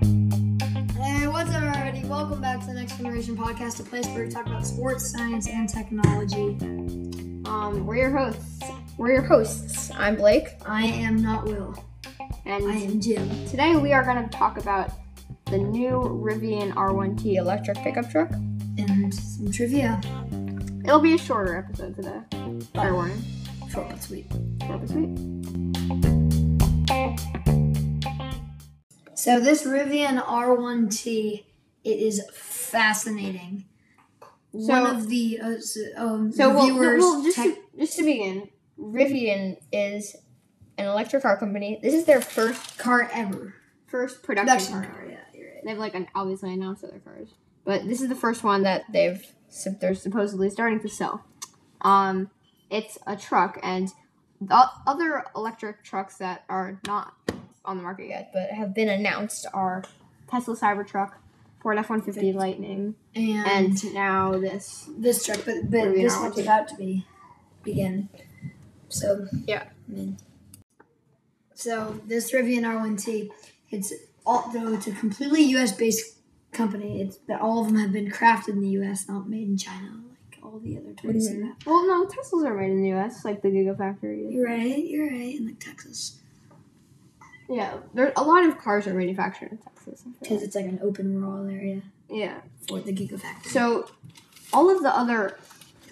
And what's up, everybody? Welcome back to the Next Generation Podcast, a place where we talk about sports, science, and technology. Um, we're your hosts. We're your hosts. I'm Blake, I am not Will. and I am Jim. today we are going to talk about the new Rivian R1T electric pickup truck. And some trivia. It'll be a shorter episode today. Fair warning. Short but sweet. Short but sweet. So this Rivian R1T, it is fascinating. One So- of the uh, s- um, So, well, viewers. well, just, tech- to, just to begin, Rivian is an electric car company. This is their first car ever. first Production production car. car, yeah, you're right. They've like an, obviously announced other cars, but this is the first one that they've sup- they're supposedly starting to sell. Um, it's a truck, and the other electric trucks that are not on the market yet but have been announced are Tesla Cybertruck, Ford F one fifty Lightning, And, and now this. this truck, but, but Rivian this one's R1T. about to be begin. So Yeah. I mean, so this Rivian R1T, it's all though it's a completely U.S. based company. It's but all of them have been crafted in the U.S., not made in China like all the other toys. Mhm. they have. Well, no, Teslas are made in the U.S. like the Gigafactory. You're right. You're right. In like Texas, Yeah, there a lot of cars are manufactured in Texas. I feel because like. it's like an open rural area Yeah. for the Gigafactory. So, all of the other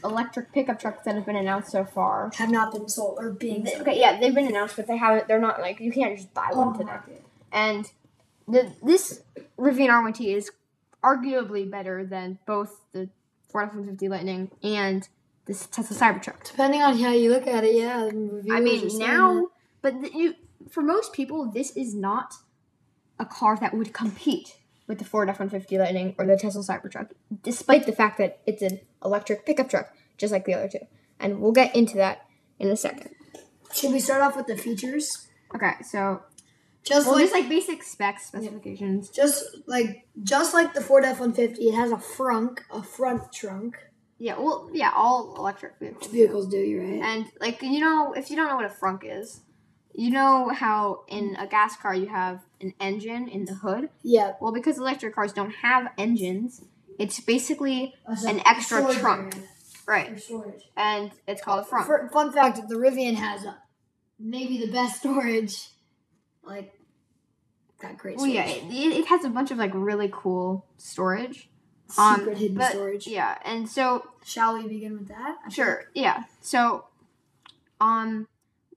electric pickup trucks that have been announced so far. have not been sold or being sold Okay, yeah, they've been announced, but they haven't. They're not like you can't just buy on one the today. market. And the, this Rivian R1T is arguably better than both the Ford F-150 Lightning and this Tesla Cybertruck. Depending on how you look at it, yeah. the I reviewers are mean, saying now, but the, you, for most people, this is not a car that would compete with the Ford F-150 Lightning or the Tesla Cybertruck, despite the fact that it's an electric pickup truck, just like the other two. And we'll get into that in a second. that. should we start off with the features? Okay, so Just well, like just like basic specs, specifications. just like just like the Ford F-150, it has a frunk, a front trunk. Yeah, well, yeah, all electric vehicles. Vehicles do, you right? And like you know, if you don't know what a frunk is, you know how in a gas car you have an engine in the hood. yeah, Well, because electric cars don't have engines, it's basically an extra trunk. right, For storage. and it's called a frunk. For- fun fact: the Rivian has uh maybe the best storage. Like got great. well, Storage. yeah, it, it it has a bunch of like really cool storage. um, secret hidden but- storage. Yeah, and so Shall we begin with that? I Sure. Yeah. So, um,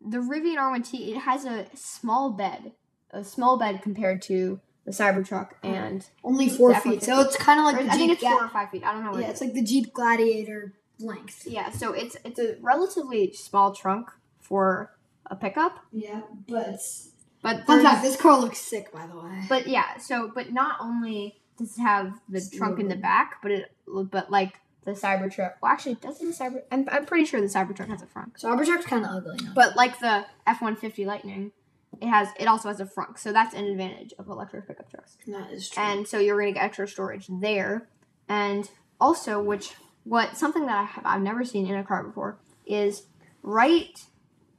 the Rivian R1T it has a small bed, a small bed compared to the Cybertruck, and think Only four Exactly. feet, so it's kind of like or the I Jeep. think it's Ga- four or five feet. I don't know. What yeah, it it's is. like the Jeep Gladiator length. yeah. So it's it's a relatively small trunk for a pickup, Yeah, but it's- but fun there's- fact: this car looks sick, by the way. but yeah. So but not only does it have the It's trunk in the lowered. back, but it but like the Cybertruck. Well, actually, doesn't the Cyber? I'm I'm pretty sure the Cybertruck has a front. so Cybertruck's kind of ugly now. But like the F one fifty Lightning, it has it also has a frunk, so that's an advantage of electric pickup trucks. That is true. And so you're gonna get extra storage there, and also which what something that I have I've never seen in a car before is right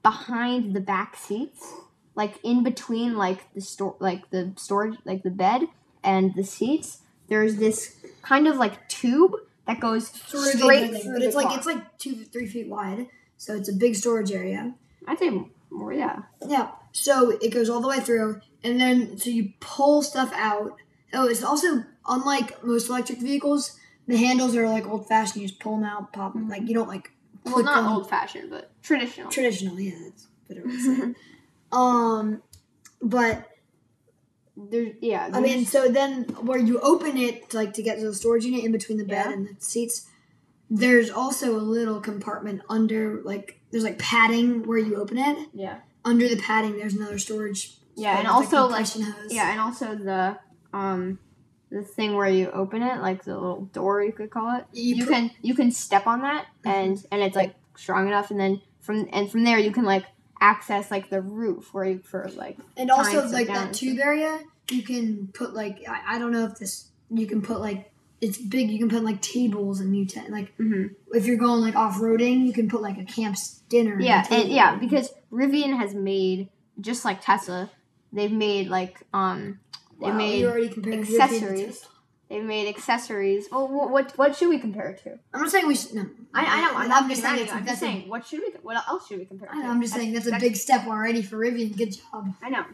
behind the back seats, like in between like the store like the storage like the bed and the seats. There's this kind of like tube that goes through the straight building, through but the it's like car. it's like two three feet wide, so it's a big storage area. I'd say more yeah. Yeah, so it goes all the way through, and then so you pull stuff out. Oh, it's also unlike most electric vehicles, the handles are like old fashioned. You just pull them out, pop them. Like you don't like Mm-hmm. Well, click not them. old fashioned, but traditional. traditional. Yeah, that's better. way to say it. um, but There's yeah. I mean, so then where you open it, like to get to the storage unit in between the bed Yeah. and the seats, there's also a little compartment under, like there's like padding where you open it. yeah, Under the padding, there's another storage. yeah, and spot with a also like compression hose. yeah, and also the um the thing where you open it, like the little door you could call it. you, You put- Mm-hmm. can you can step on that and and it's like strong enough, and then from and from there you can like access like the roof where you for like and also time like some that down. tube area, you can put like I, I don't know if this you can put like it's big. You can put like tables and you tent like Mhm. if you're going like off roading, you can put like a camp's dinner. a yeah and table. yeah because Rivian has made just like Tesla They've made like um they Wow, made you're already comparing European to accessories. Tesla. they've made accessories. Well, wh- what what should we compare it to? I'm not saying we should. No, I, I know I'm not just saying. it's- I'm just that's a- saying. What should we? What else should we compare? it I to? know, I'm just saying that's a big step already for Rivian. Good job. I know.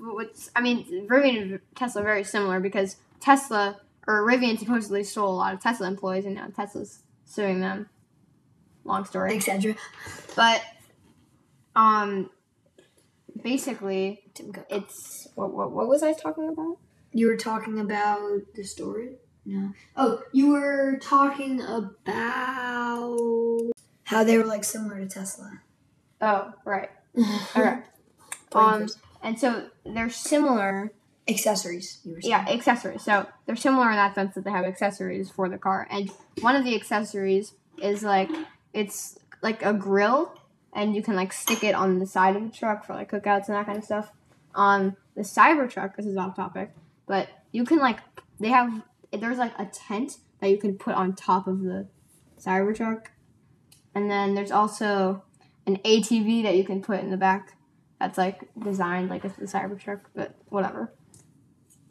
But What's I mean, Rivian and Tesla are very similar because Tesla or Rivian supposedly stole a lot of Tesla employees, and now Tesla's suing them. Long story, Etc. but um, basically, Tim Cook. it's what what, what was I talking about? You were talking about the story? No. Oh, you were talking about how they were like similar to Tesla. Oh, right. All Alright. right. Um, and so they're similar. accessories. You were saying. Yeah, accessories. So they're similar in that sense that they have accessories for the car. And one of the accessories is like it's like a grill and you can like stick it on the side of the truck for like cookouts and that kind of stuff. On the Cybertruck, this is off topic, but you can like they have there's like a tent that you can put on top of the Cybertruck. And then there's also an ATV that you can put in the back that's like designed like it's the Cybertruck, but whatever.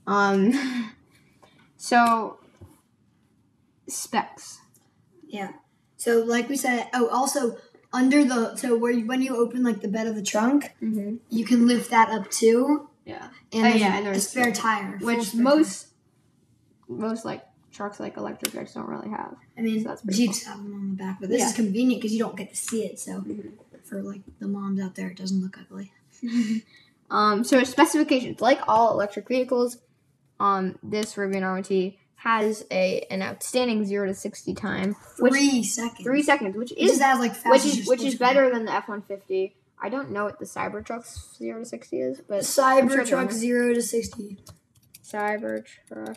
Um, so specs. Yeah. So, like we said, oh, also under the so where you, when you open like the bed of the trunk, Mm-hmm. you can lift that up too, Yeah, and Oh, there's yeah, and a there's- spare tire, full which spare most most like trucks like electric trucks don't really have. tire. I mean, so that's pretty Jeeps have them on the back, but this Yeah. is convenient because you don't get to see it. So, Mhm. for like the moms out there, it doesn't look ugly. Um, so specifications like all electric vehicles, um, this Rivian RT has a an outstanding zero to sixty time, which Three seconds. three seconds, which Which is is as like fast which as is you're which is supposed to. better than the F one fifty. I don't know what the Cybertruck's zero to sixty is, but I'm sure Cybertruck they don't. zero to sixty. Cybertruck.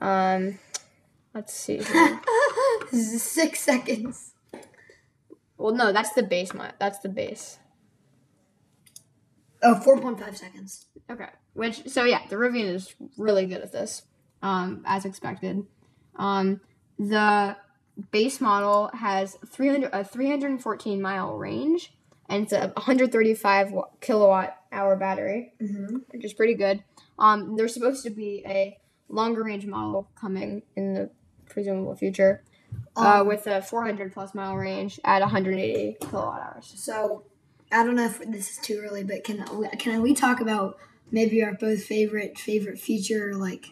Um, let's see. here. this is six seconds. well, no, that's the base. mi- That's the base. Oh, 4.5 seconds. Okay. Which so yeah, the Rivian is really good at this, um, as expected. Um, the base model has 300 a 314 mile range, and it's a 135 wa- kilowatt hour battery. Mm-hmm. which is pretty good. Um, there's supposed to be a longer range model coming in the presumable future uh, Um, with a 400 plus mile range at 180 kilowatt hours. So, I don't know if this is too early, but can can we talk about maybe our both favorite favorite feature like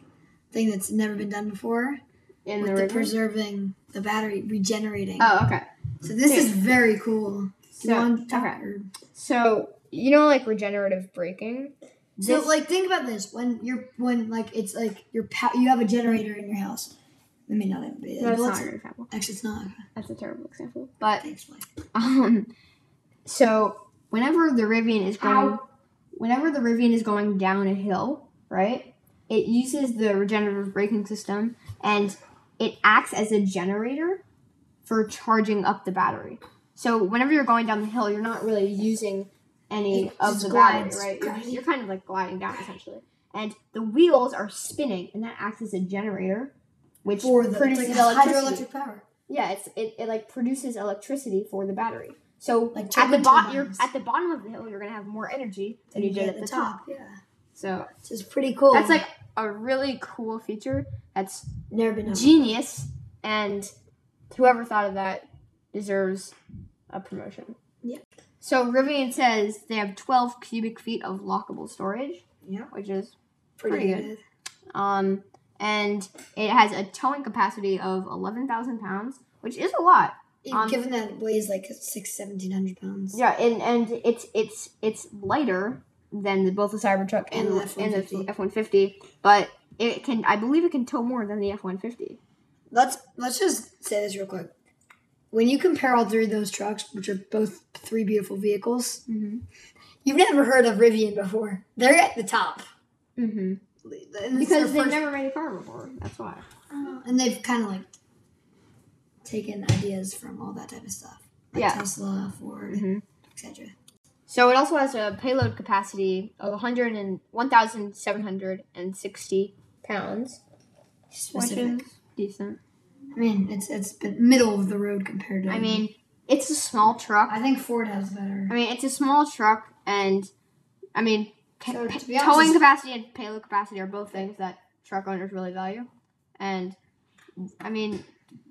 thing that's never been done before In with the, the river. preserving the battery regenerating. oh, okay. so this is very cool. Do you So- want to talk- okay. or- So you know, like regenerative braking. So This- like think about this when you're when like it's like your pa- you have a generator in your house. I mean not that would be That's well, not a it's- good example. actually it's not. That's a terrible example. But Thanks, Blake. um, so whenever the Rivian is going, whenever the Rivian is going down a hill, right? It uses the regenerative braking system and it acts as a generator for charging up the battery. So whenever you're going down the hill, you're not really using any It of just the glides, battery, right? You're, just- right? you're kind of like gliding down essentially. And the wheels are spinning and that acts as a generator which For the it's produces like electricity. hydroelectric power. Yeah, it's it, it like produces electricity for the battery. So Like at the turbine bottom, you're turbines. at the bottom of the hill, you're gonna have more energy than you did at the, top. Yeah. So So it's pretty cool. that's like a really cool feature. That's never been done. genius, and whoever thought of that deserves a promotion. Yeah. So Rivian says they have 12 cubic feet of lockable storage, Yeah, which is pretty, Pretty good. um, and it has a towing capacity of 11,000 pounds, which is a lot. Um, Given that it weighs like six, seventeen hundred pounds. Yeah, and and it's it's it's lighter than the, both the Cybertruck and, And the the- and the F-150. F one fifty, but it can I believe it can tow more than the F one fifty. Let's let's just say this real quick. When you compare all three of those trucks, which are both three beautiful vehicles, Mm-hmm. you've never heard of Rivian before. They're at the top. Mm-hmm. And this is Because their they've first- never made a car before. That's why. Uh, and they've kind of like taken ideas from all that type of stuff. Like Yeah. Tesla, Ford, Mhm. etc. So it also has a payload capacity of 100 and 1,760 pounds, which Specific. is decent. I mean, it's it's been middle of the road compared to I mean, It's a small truck. I think Ford has better. I mean, it's a small truck, and I mean, ca- So, pa- to be honest, towing it's- capacity and payload capacity are both things that truck owners really value. And I mean,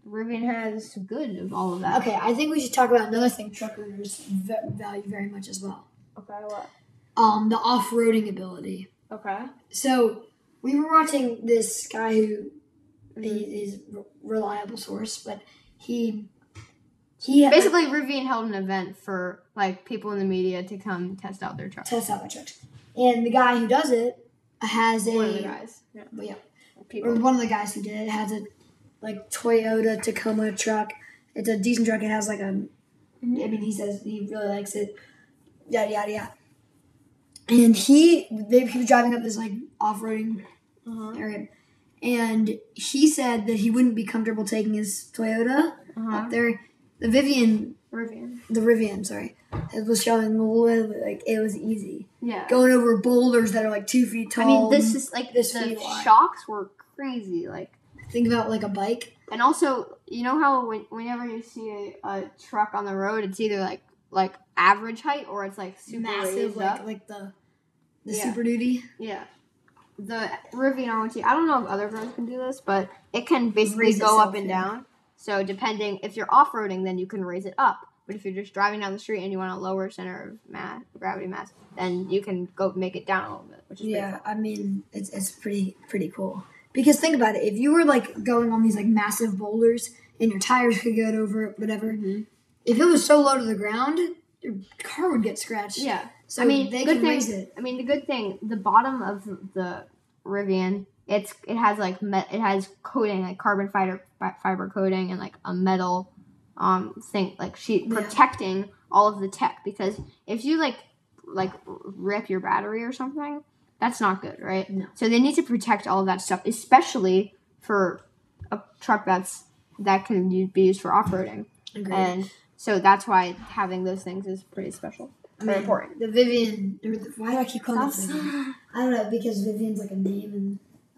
Rivian has good of all of that. Okay, I think we should talk about another thing truck owners v- value very much as well. Okay. What? Um, the off-roading ability. Okay. So we were watching this guy who Mm-hmm. he, he's a reliable source, but he he had Basically, Rivian held an event for like people in the media to come test out their truck. test out my trucks, and the guy who does it has One of the a guys. Yeah. well, yeah, or People. one of the guys who did it has a like Toyota Tacoma truck. It's a decent truck. It has like a I mean, he says he really likes it. Yada yada yada. And he, they, he was driving up this like off-roading Uh-huh. area, and he said that he wouldn't be comfortable taking his Toyota Uh-huh. up there. The Vivian, Rivian. the Rivian, sorry, it was showing a little bit like it was easy Yeah. going over boulders that are like two feet I tall. mean, this is like this the feet wide. shocks were crazy. Like. think about like a bike. And also, you know how when, whenever you see a, a truck on the road, it's either like like average height or it's like super raised like uh, up. like the the Yeah. Super Duty. Yeah. The Rivian R1T, I don't know if other brands can do this, but it can basically Raise go up itself, and yeah. down. So depending, if you're off roading, then you can raise it up. But if you're just driving down the street and you want a lower center of mass, gravity mass, then you can go make it down a little bit, which is yeah. Yeah, I mean it's it's pretty pretty cool. Because think about it, if you were like going on these like massive boulders and your tires could get over it, whatever, Mhm. if it was so low to the ground, your car would get scratched. Yeah. So I mean, they good can thing- raise it. I mean, the good thing, the bottom of the Rivian, it's it has like me- it has coating, like carbon fiber fi- fiber coating, and like a metal um thing like sheet Yeah. protecting all of the tech because if you like like rip your battery or something, that's not good, right? No. So they need to protect all of that stuff, especially for a truck that's that can u- be used for off roading, Agreed. and so that's why having those things is pretty special. I mean, important. The Vivian or the, why do I keep calling it Vivian? Rivian. I don't know, because Vivian's like a name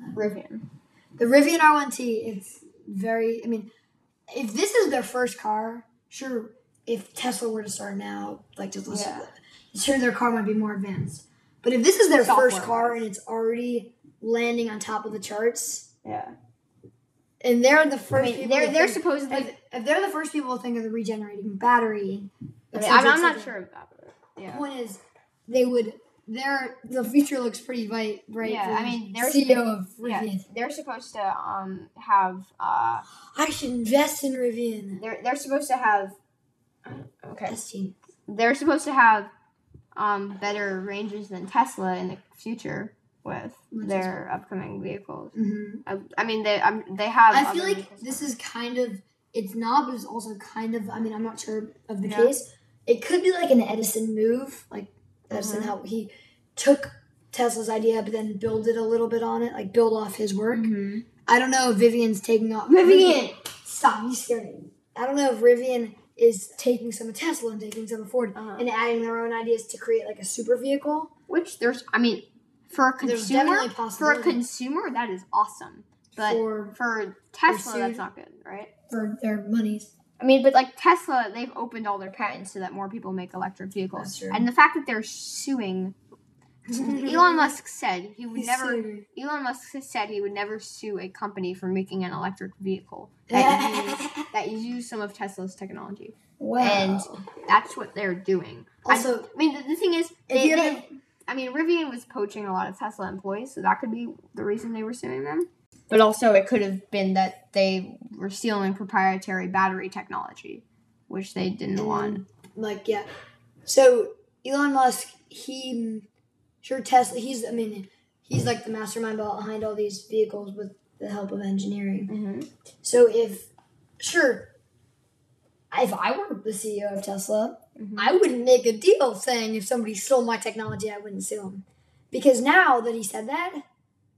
and The Rivian R1T, it's very, I mean, if this is their first car, sure, if Tesla were to start now, like just listen to it, sure, their car might be more advanced. But if this is their first Software-wise. car and it's already landing on top of the charts, Yeah. and they're the I first mean, people, they're to they're think, supposedly. if, if they're the first people to think of the regenerating battery, I et mean, cetera, I'm, et I'm not cetera. sure about it. The Yeah. point is, they would. Their the future looks pretty bright. bright Yeah, for I the mean, there's- CEO of Yeah, Rivian. they're supposed to um have uh I should invest in Rivian. they're they're supposed to have okay That's genius. they're supposed to have um better ranges than Tesla in the future with Which is- their upcoming vehicles. Mm-hmm. I, I mean they i they have. I other feel like vehicles. this is kind of it's not, but it's also kind of. I mean, I'm not sure of the Yeah. case. It could be like an Edison move, like Edison Uh-huh. how he took Tesla's idea, but then build it a little bit on it, like build off his work. Mhm. I don't know if Vivian's taking off. stop! You scared me. I don't know if Rivian is taking some of Tesla and taking some of Ford Uh-huh. and adding their own ideas to create like a super vehicle. Which there's I mean for a There's consumer definitely for a possibility consumer that is awesome, but for for Tesla soon- that's not good, right? for their monies. I mean, but like Tesla, they've opened all their patents so that more people make electric vehicles. That's true. And the fact that they're suing, Mm-hmm. Elon Musk said he would never. Elon Musk said he would never sue a company for making an electric vehicle that used, that used some of Tesla's technology. Wow. That's what they're doing. I- Also- I, mean, the, the thing is, If they, you they- haven't- I mean, Rivian was poaching a lot of Tesla employees, so that could be the reason they were suing them. But also, it could have been that they were stealing proprietary battery technology, which they didn't And want. like yeah so elon musk he sure tesla he's i mean he's like the mastermind behind all these vehicles with the help of engineering Mm-hmm. so if sure if i were the ceo of tesla Mm-hmm. i wouldn't make a deal saying if somebody stole my technology i wouldn't sue him because now that he said that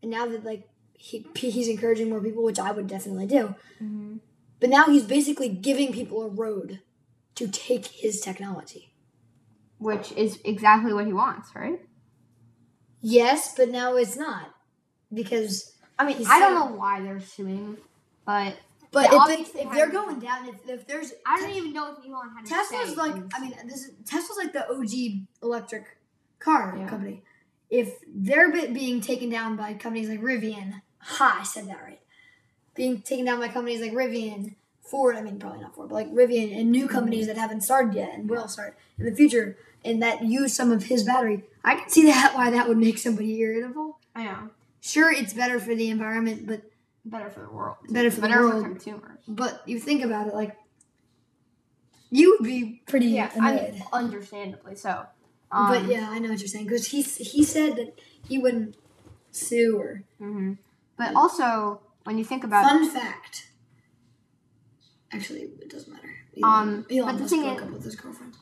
and now that like he, he's encouraging more people which i would definitely do Mm-hmm. but now he's basically giving people a road to take his technology. Which is exactly what he wants, right? Yes, but now it's not because I mean, He's I don't so- know why they're suing, but But Yeah, if, obviously they, it if they're has- going down, if, if there's I don't even know if Elon had a say Tesla's like in- I mean this is, Tesla's like the OG electric car Yeah. company. If they're be- being taken down by companies like Rivian, ha, I said that right. Being taken down by companies like Rivian, Ford, I mean probably not Ford, but like Rivian and Mm-hmm. new companies that haven't started yet and will start in the future, and that use some of his battery, I can see that why that would make somebody irritable. I know Sure, it's better for the environment, but better for the world, Better for the better world. for consumers. but you think about it, like you would be pretty Yeah, I annoyed. mean, understandably so. Um, but yeah, I know what you're saying because he he said that he wouldn't sue her. hmm But also, when you think about Fun fact. Actually, it doesn't matter. Um, Elon but the Musk thing broke is- up with his girlfriend.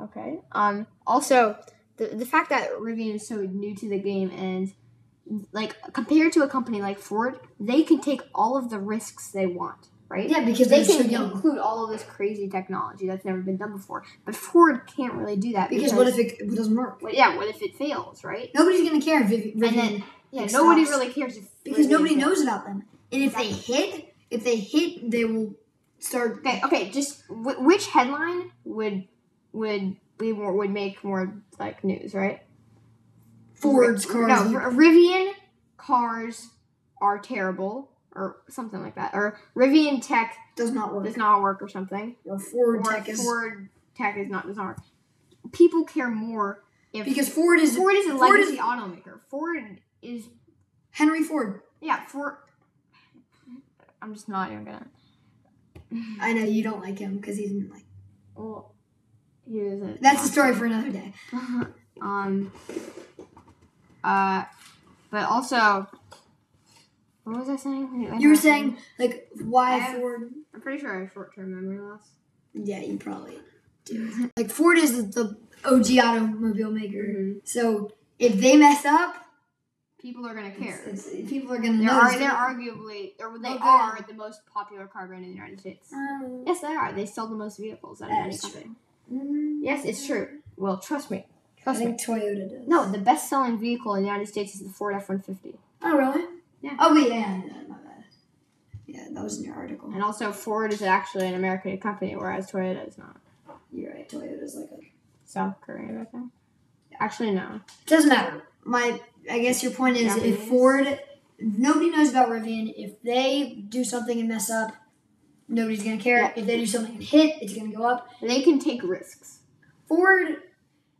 okay. Um. Also, the the fact that Rivian is so new to the game and like compared to a company like Ford, they can take all of the risks they want, right? Yeah, because They they're so can young. include all of this crazy technology that's never been done before. But Ford can't really do that Because what if it, it doesn't work? what- yeah, what if it fails, right? Nobody's gonna care if Vivi- then- Rivian Yeah, It nobody stops. really cares if because Rivian nobody fails. knows about them. And if they hit, if they hit, they will start. Okay, okay, just w- which headline would would be more would make more like news, right? Ford's R- cars. No, R- Rivian cars are terrible, or something like that, or Rivian tech does not work. does not work, or something. Or Ford or tech is Ford tech is not does not work. People care more if because Ford is Ford is a Ford is- legacy automaker. Ford is Henry Ford. yeah Ford. I'm just not even gonna. I know you don't like him because he didn't like. Well, he isn't. That's a story for another day. um. Uh, but also, what was I saying? I You were don't saying like Mm-hmm. I why have- Ford? I'm pretty sure I have short-term memory loss. Yeah, you probably do. like Ford is the OG automobile maker, Mm-hmm. so if they mess up, People are gonna care. it's- it's- people are gonna They're, notice. are, it. they're arguably, or they Okay. are the most popular car brand in the United States. Um, Yes, they are. They sell the most vehicles out of That any is country. mm, Yes, it's true. Well, trust me. I Trust me. think Toyota does. No, the best-selling vehicle in the United States is the Ford F-150, Oh really? Yeah. Oh wait, yeah, yeah, my bad. Yeah, that was in your article. and also Ford is actually an American company, whereas Toyota is not. You're right. Toyota's like a. South Korea, I think. Actually, no. It doesn't matter. My, I guess your point is Japanese. if Ford, nobody knows about Rivian. If they do something and mess up, nobody's gonna care. Yeah. If they do something and hit, it's gonna go up. They can take risks. Ford,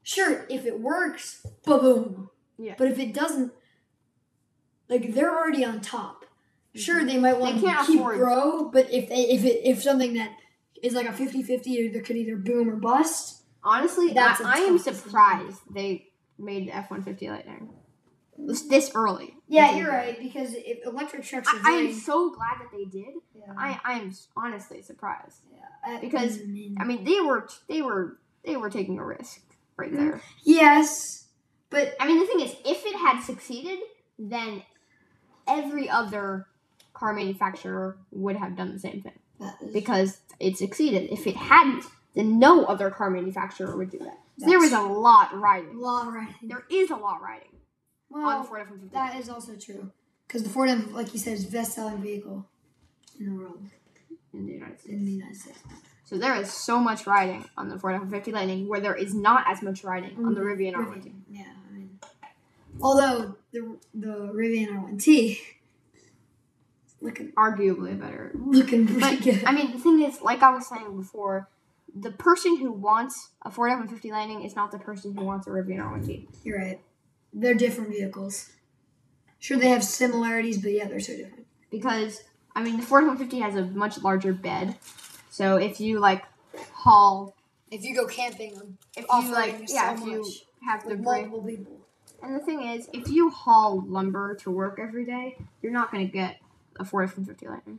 sure, if it works, ba boom. Yeah. But if it doesn't, like they're already on top. Sure, Mm-hmm. they might want to can't keep afford- grow, but if they if it if something that is like a 50-50, there could either boom or bust. Honestly, That's a I, I am tough decision. surprised they made the F one fifty Lightning this, this early. Yeah, you're right because if electric trucks are I, I am so glad that they did. yeah, I I am s- honestly surprised. I- because- I mean- I mean, they were they were they were taking a risk right Mhm. there. yes, but I mean, the thing is, if it had succeeded, then every other car manufacturer would have done the same thing that is, because it succeeded. If it hadn't, then no other car manufacturer would do that. So there was a that's lot riding. law right. There is a lot riding on the Well, Ford F-150. that is also true because the Ford, like you said, is best-selling vehicle in the world in the United States. in the United States. So there is so much riding on the Ford F-150 Lightning where there is not as much riding on the Mhm. Rivian R1. Rivian, yeah. I mean, although the the Rivian R1T looking Arguably better. looking pretty But good. I mean, the thing is, like I was saying before, the person who wants a Ford F-150 Lightning is not the person who wants a Rivian R1T. You're right. They're different vehicles. Sure, they have similarities, but yeah, they're so different. Because, I mean, the Ford F-150 has a much larger bed. So if you, like, haul, If you go camping, um, if you, Off-roading like, is yeah, so if you much. have the with break. multiple people, And the thing is, if you haul lumber to work every day, you're not going to get a Ford F-150 Lightning.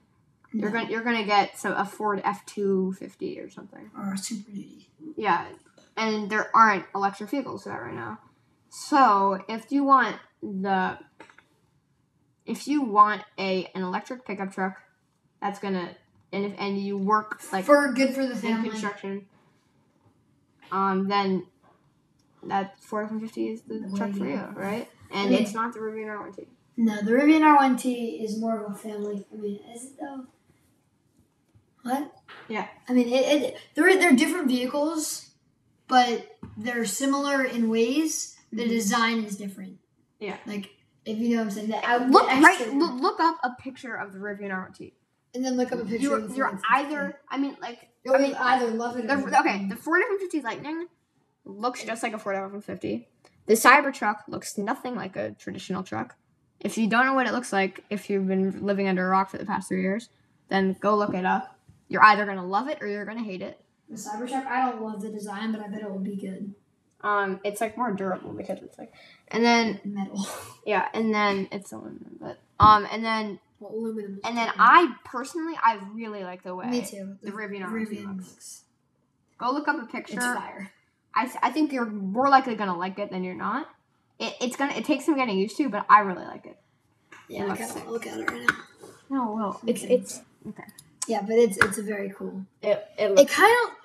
You're No. gonna you're gonna get so a Ford F two fifty or something. or super duty. Yeah, and there aren't electric vehicles for that right now. So if you want the if you want a an electric pickup truck, that's gonna and if and you work like for good for the in family. construction, um, then that Ford F one fifty is the The truck for way- you, right? And Yeah. it's not the Rivian R one T. No, the Rivian R1T is more of a family. I mean, is it though? What? Yeah. I mean, it, it they're they're different vehicles, but they're similar in ways. The Mhm. design is different. Yeah. Like if you know what I'm saying, the out- Look the right. exterior- Look, look up a picture of the Rivian RT. and then look up a picture. You're, of the you're Ford either. I mean, like F-150. I mean, either love it. the, Or okay, the Ford F one fifty Lightning looks just like a Ford F one fifty. The Cybertruck looks nothing like a traditional truck. If you don't know what it looks like, if you've been living under a rock for the past three years, then go look it up. You're either gonna love it or you're gonna hate it. the Cybertruck. I don't love the design, but I bet it will be good. Um, it's like more durable because it's like, and then Metal. yeah, and then it's aluminum, but um, and then Well, aluminum. is and then different. I personally I really like the way. Me too. The Rivian R&D Rivian looks- looks. Go look up a It's picture. fire. I, I think you're more likely gonna like it than you're not. It, it's gonna it takes some getting used to, but I really like it. Yeah, I looks gotta sick. look at it right now. No, well, It's- it's- Yeah, but it's it's very cool. it, It kind of.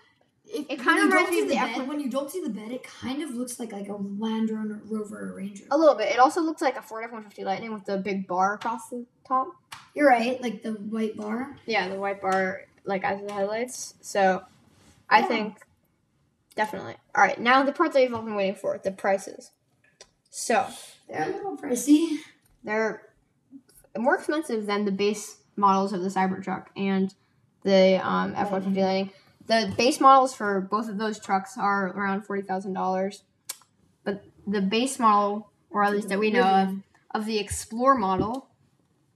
It kinda reminds me of the bed, F- when you don't see the bed. It kind of looks like like a Land Ro- Rover or Ranger. a little bit. It also looks like a Ford F one fifty Lightning with the big bar across the top. You're right, like the white bar. Yeah, the white bar like as the headlights. So, I Yeah. think definitely. All right, now the parts that you've all been waiting for the prices. So They're a little pricey. they're more expensive than the base models of the Cybertruck and the um, F one fifty Lightning. The base models for both of those trucks are around forty thousand dollars, but the base model, or at least that we know of, Rivian. of the Explore model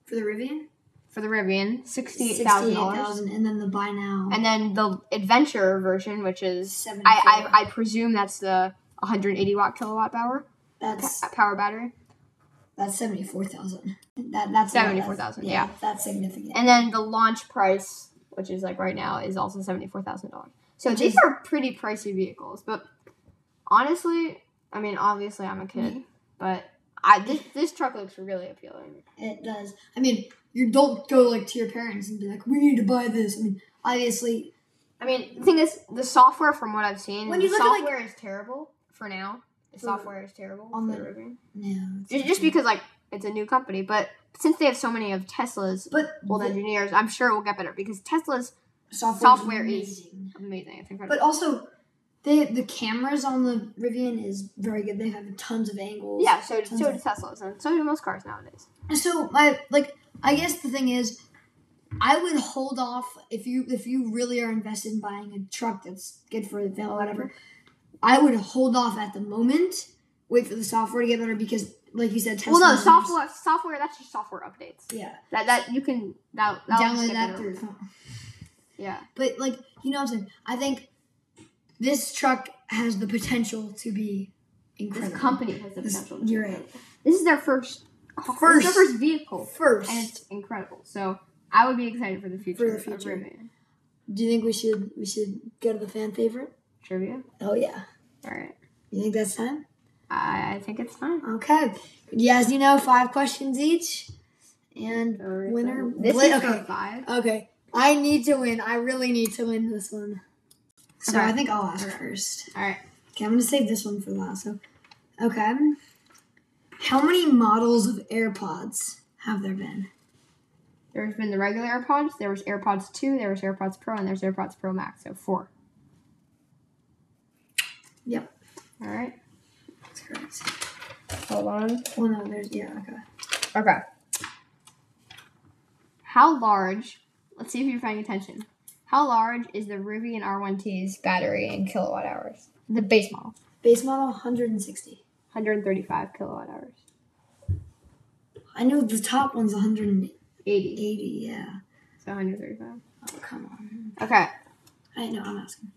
For the Rivian, for the Rivian, sixty-eight thousand dollars, $68,000, and then the buy now. and then the Adventure version, which is I, 74. I I presume that's the one hundred eighty watt kilowatt hour that's power battery. that's seventy four thousand. That that's a lot. $74,000, that's significant. And then the launch price, which is like right now, is also seventy four thousand dollars. So Which these is- are pretty pricey vehicles, but honestly, I mean, obviously, I'm a Mm-hmm. kid, but I this this truck looks really appealing. It does. I mean, you don't go like to your parents and be like, "We need to buy this." I mean, obviously, I mean, the thing is, the software, from what I've seen, When the you look at, like- software is terrible for now. The For- software is terrible on on for the- the Rivian. no. it's Just, not just true. because like it's a new company, but since they have so many of Tesla's but old engineers, I'm sure it will get better because Tesla's the software's software is- amazing. amazing. It's incredible. But also, the the cameras on the Rivian is very good. They have tons of angles. yeah, so tons so of- do Tesla's and so do most cars nowadays. So my like, I guess the thing is, I would hold off if you if you really are invested in buying a truck that's good for the bill or whatever. I would hold off at the moment. Wait for the software to get better because, like you said, Tesla well, no, software, software. That's just software updates. Yeah, That that you can that that'll download stick that it through. your up. phone. Yeah, But like, you know what I'm saying? I think this truck has the potential to be incredible. this company has the This- potential. to do You're that. right. This is their first car- First. This is their first vehicle, First, and it's incredible. So I would be excited for the future. the of future. Rivian. do you think we should we should go to the fan favorite? Trivia. Oh yeah. All right. You think that's time? I, I think it's time. Okay. Yeah, as you know, five questions each. And Or- winner. This Blit- is okay. for five. Okay. I need to win. I really need to win this one. So Okay. I think I'll ask Okay. first. All right. Okay, I'm gonna save this one for last. So, okay. How many models of AirPods have there been? There's been the regular AirPods. There was AirPods two. There was AirPods Pro, and there's AirPods Pro Max. So four. Yep, All right. that's correct. Hold on. Well, no, there's yeah. Okay. Okay. How large? Let's see if you're paying attention. How large is the Rivian R1T's battery in kilowatt hours? The base model, Base model 160. 135 kilowatt hours. I know the top one's 180. 80. Yeah. So 135. Oh come on. Okay. I know, I'm asking.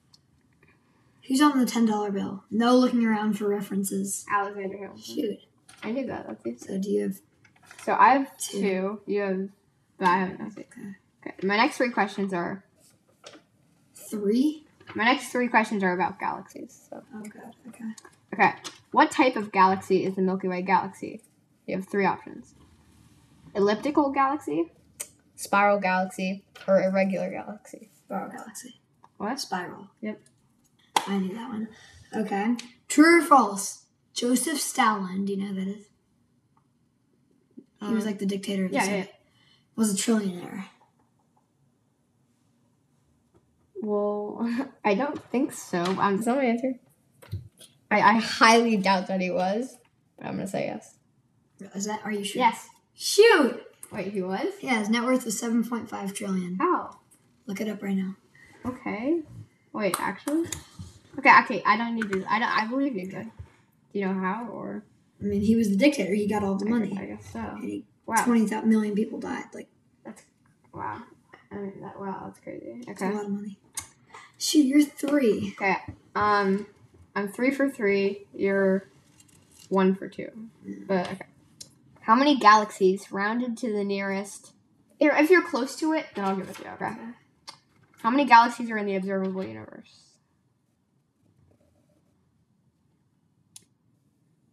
Who's on the $10 bill? No looking around for references. Alexander Hamilton. Shoot. I knew that. That's easy. So do you have. So I have Two. two. You have. But I haven't. Okay. Okay. okay. My next three questions are. Three? My next three questions are about galaxies. So. Oh, God. Okay. Okay. What type of galaxy is the Milky Way galaxy? You have three options elliptical galaxy, spiral galaxy, or irregular galaxy. Spiral Galaxy. What? Spiral. Yep. I knew that one. Okay. True or false? Joseph Stalin. Do you know who that is? He was Um, like the dictator. Of the yeah, Senate. yeah. Was a trillionaire. Well, I don't think so. Um, is that my answer? I, I highly doubt that he was, but I'm gonna say yes. Is that? Are you sure? Yes. Shoot. Wait, he was? Yeah, his net worth was seven point five trillion. How? Look it up right now. Okay. Wait, actually. Okay, okay. I don't need to. I don't. I believe you. Good. Do you know how or? I mean, he was the dictator. He got all the I money. guess- I guess so. And he, Wow. twenty thou- million people died. Like Wow. I mean, that, wow, that's crazy. it's a Okay. lot of money. Shoot, you're three. Okay. Um, I'm three for three. You're one for two. But okay. How many galaxies rounded to the nearest? Here, If you're close to it, then I'll give it to you. Okay. How many galaxies are in the observable universe?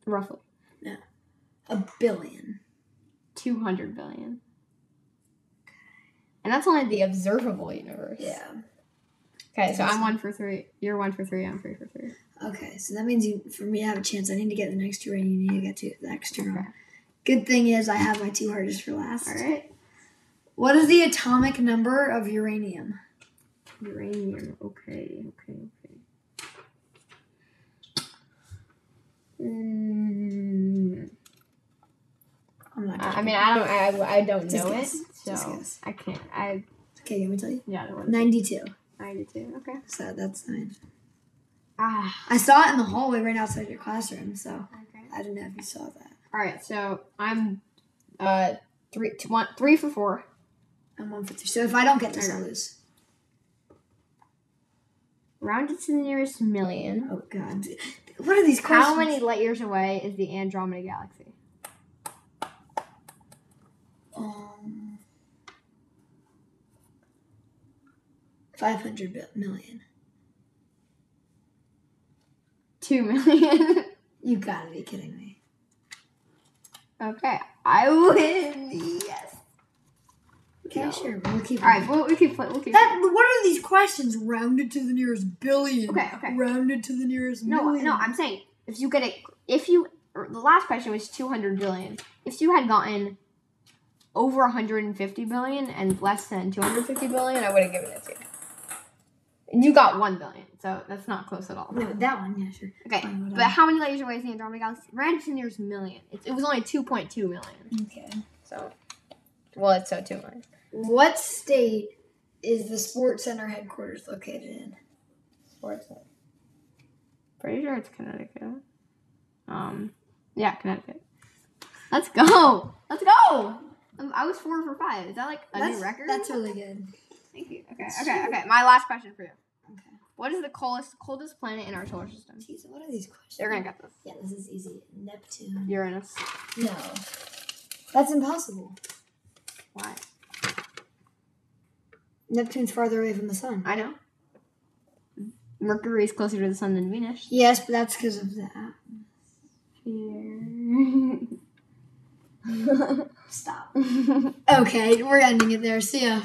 Roughly A billion. two hundred billion. And that's only the observable universe. Yeah. Okay, so I'm one for three. You're one for three. I'm three for three. Okay, so that means you, for me to have a chance, I need to get the next two right. You need to get to the next two wrong. Okay. Good thing is I have my two hardest for last. All right. What is the atomic number of uranium? Uranium. Okay, okay, okay. Mm, I'm not. Uh, I I mean, I don't, I, I don't Just know guess. it, so Just guess. I can't. I Okay, let me tell you. yeah, the one Ninety-two. ninety-two. Okay. So that's nine. Ah. I saw it in the hallway right outside your classroom. So Okay. I don't know if you saw that. All right. So I'm, uh, three, two, one, three for four. I'm one for three. So if I don't get this, I Okay. lose. Rounded to the nearest million. Oh God. What are these questions? How many light years away is the Andromeda galaxy? Um, five hundred bi- million. Two million. You gotta be kidding me. okay, I win. Yes. Okay, No. sure. We'll keep. All right. going. Well, we can play. We can. That, what are these questions? Rounded to the nearest billion. Okay, okay. Rounded to the nearest No, million. no, I'm saying if you get it, if you or the last question was 200 billion. If you had gotten over 150 billion and less than 250 billion, I would have given it to you. And you got 1 billion, so that's not close at all. No, that one, yeah, sure. Okay, Fine, whatever. but how many light years away is the Andromeda Galaxy? Random to nearest million. It, it was only 2.2 million. Okay. So, well, it's so 2 million. What state is the Sports Center headquarters located in? Sports. Pretty sure it's Connecticut. Um, yeah, Connecticut. Let's go. Let's go. Um, I was four for five. Is that like a that's, new record? That's really good. Thank you. Okay. Okay. Okay. My last question for you. Okay. What is the coldest coldest planet in our solar system? Jeez, what are these questions? You're gonna get this. Yeah, this is easy. Neptune. Uranus. No. That's impossible. Why? Neptune's farther away from the sun. I know. Mercury is closer to the sun than Venus. Yes, but that's because of the app. Stop. Okay, we're ending it there. See ya.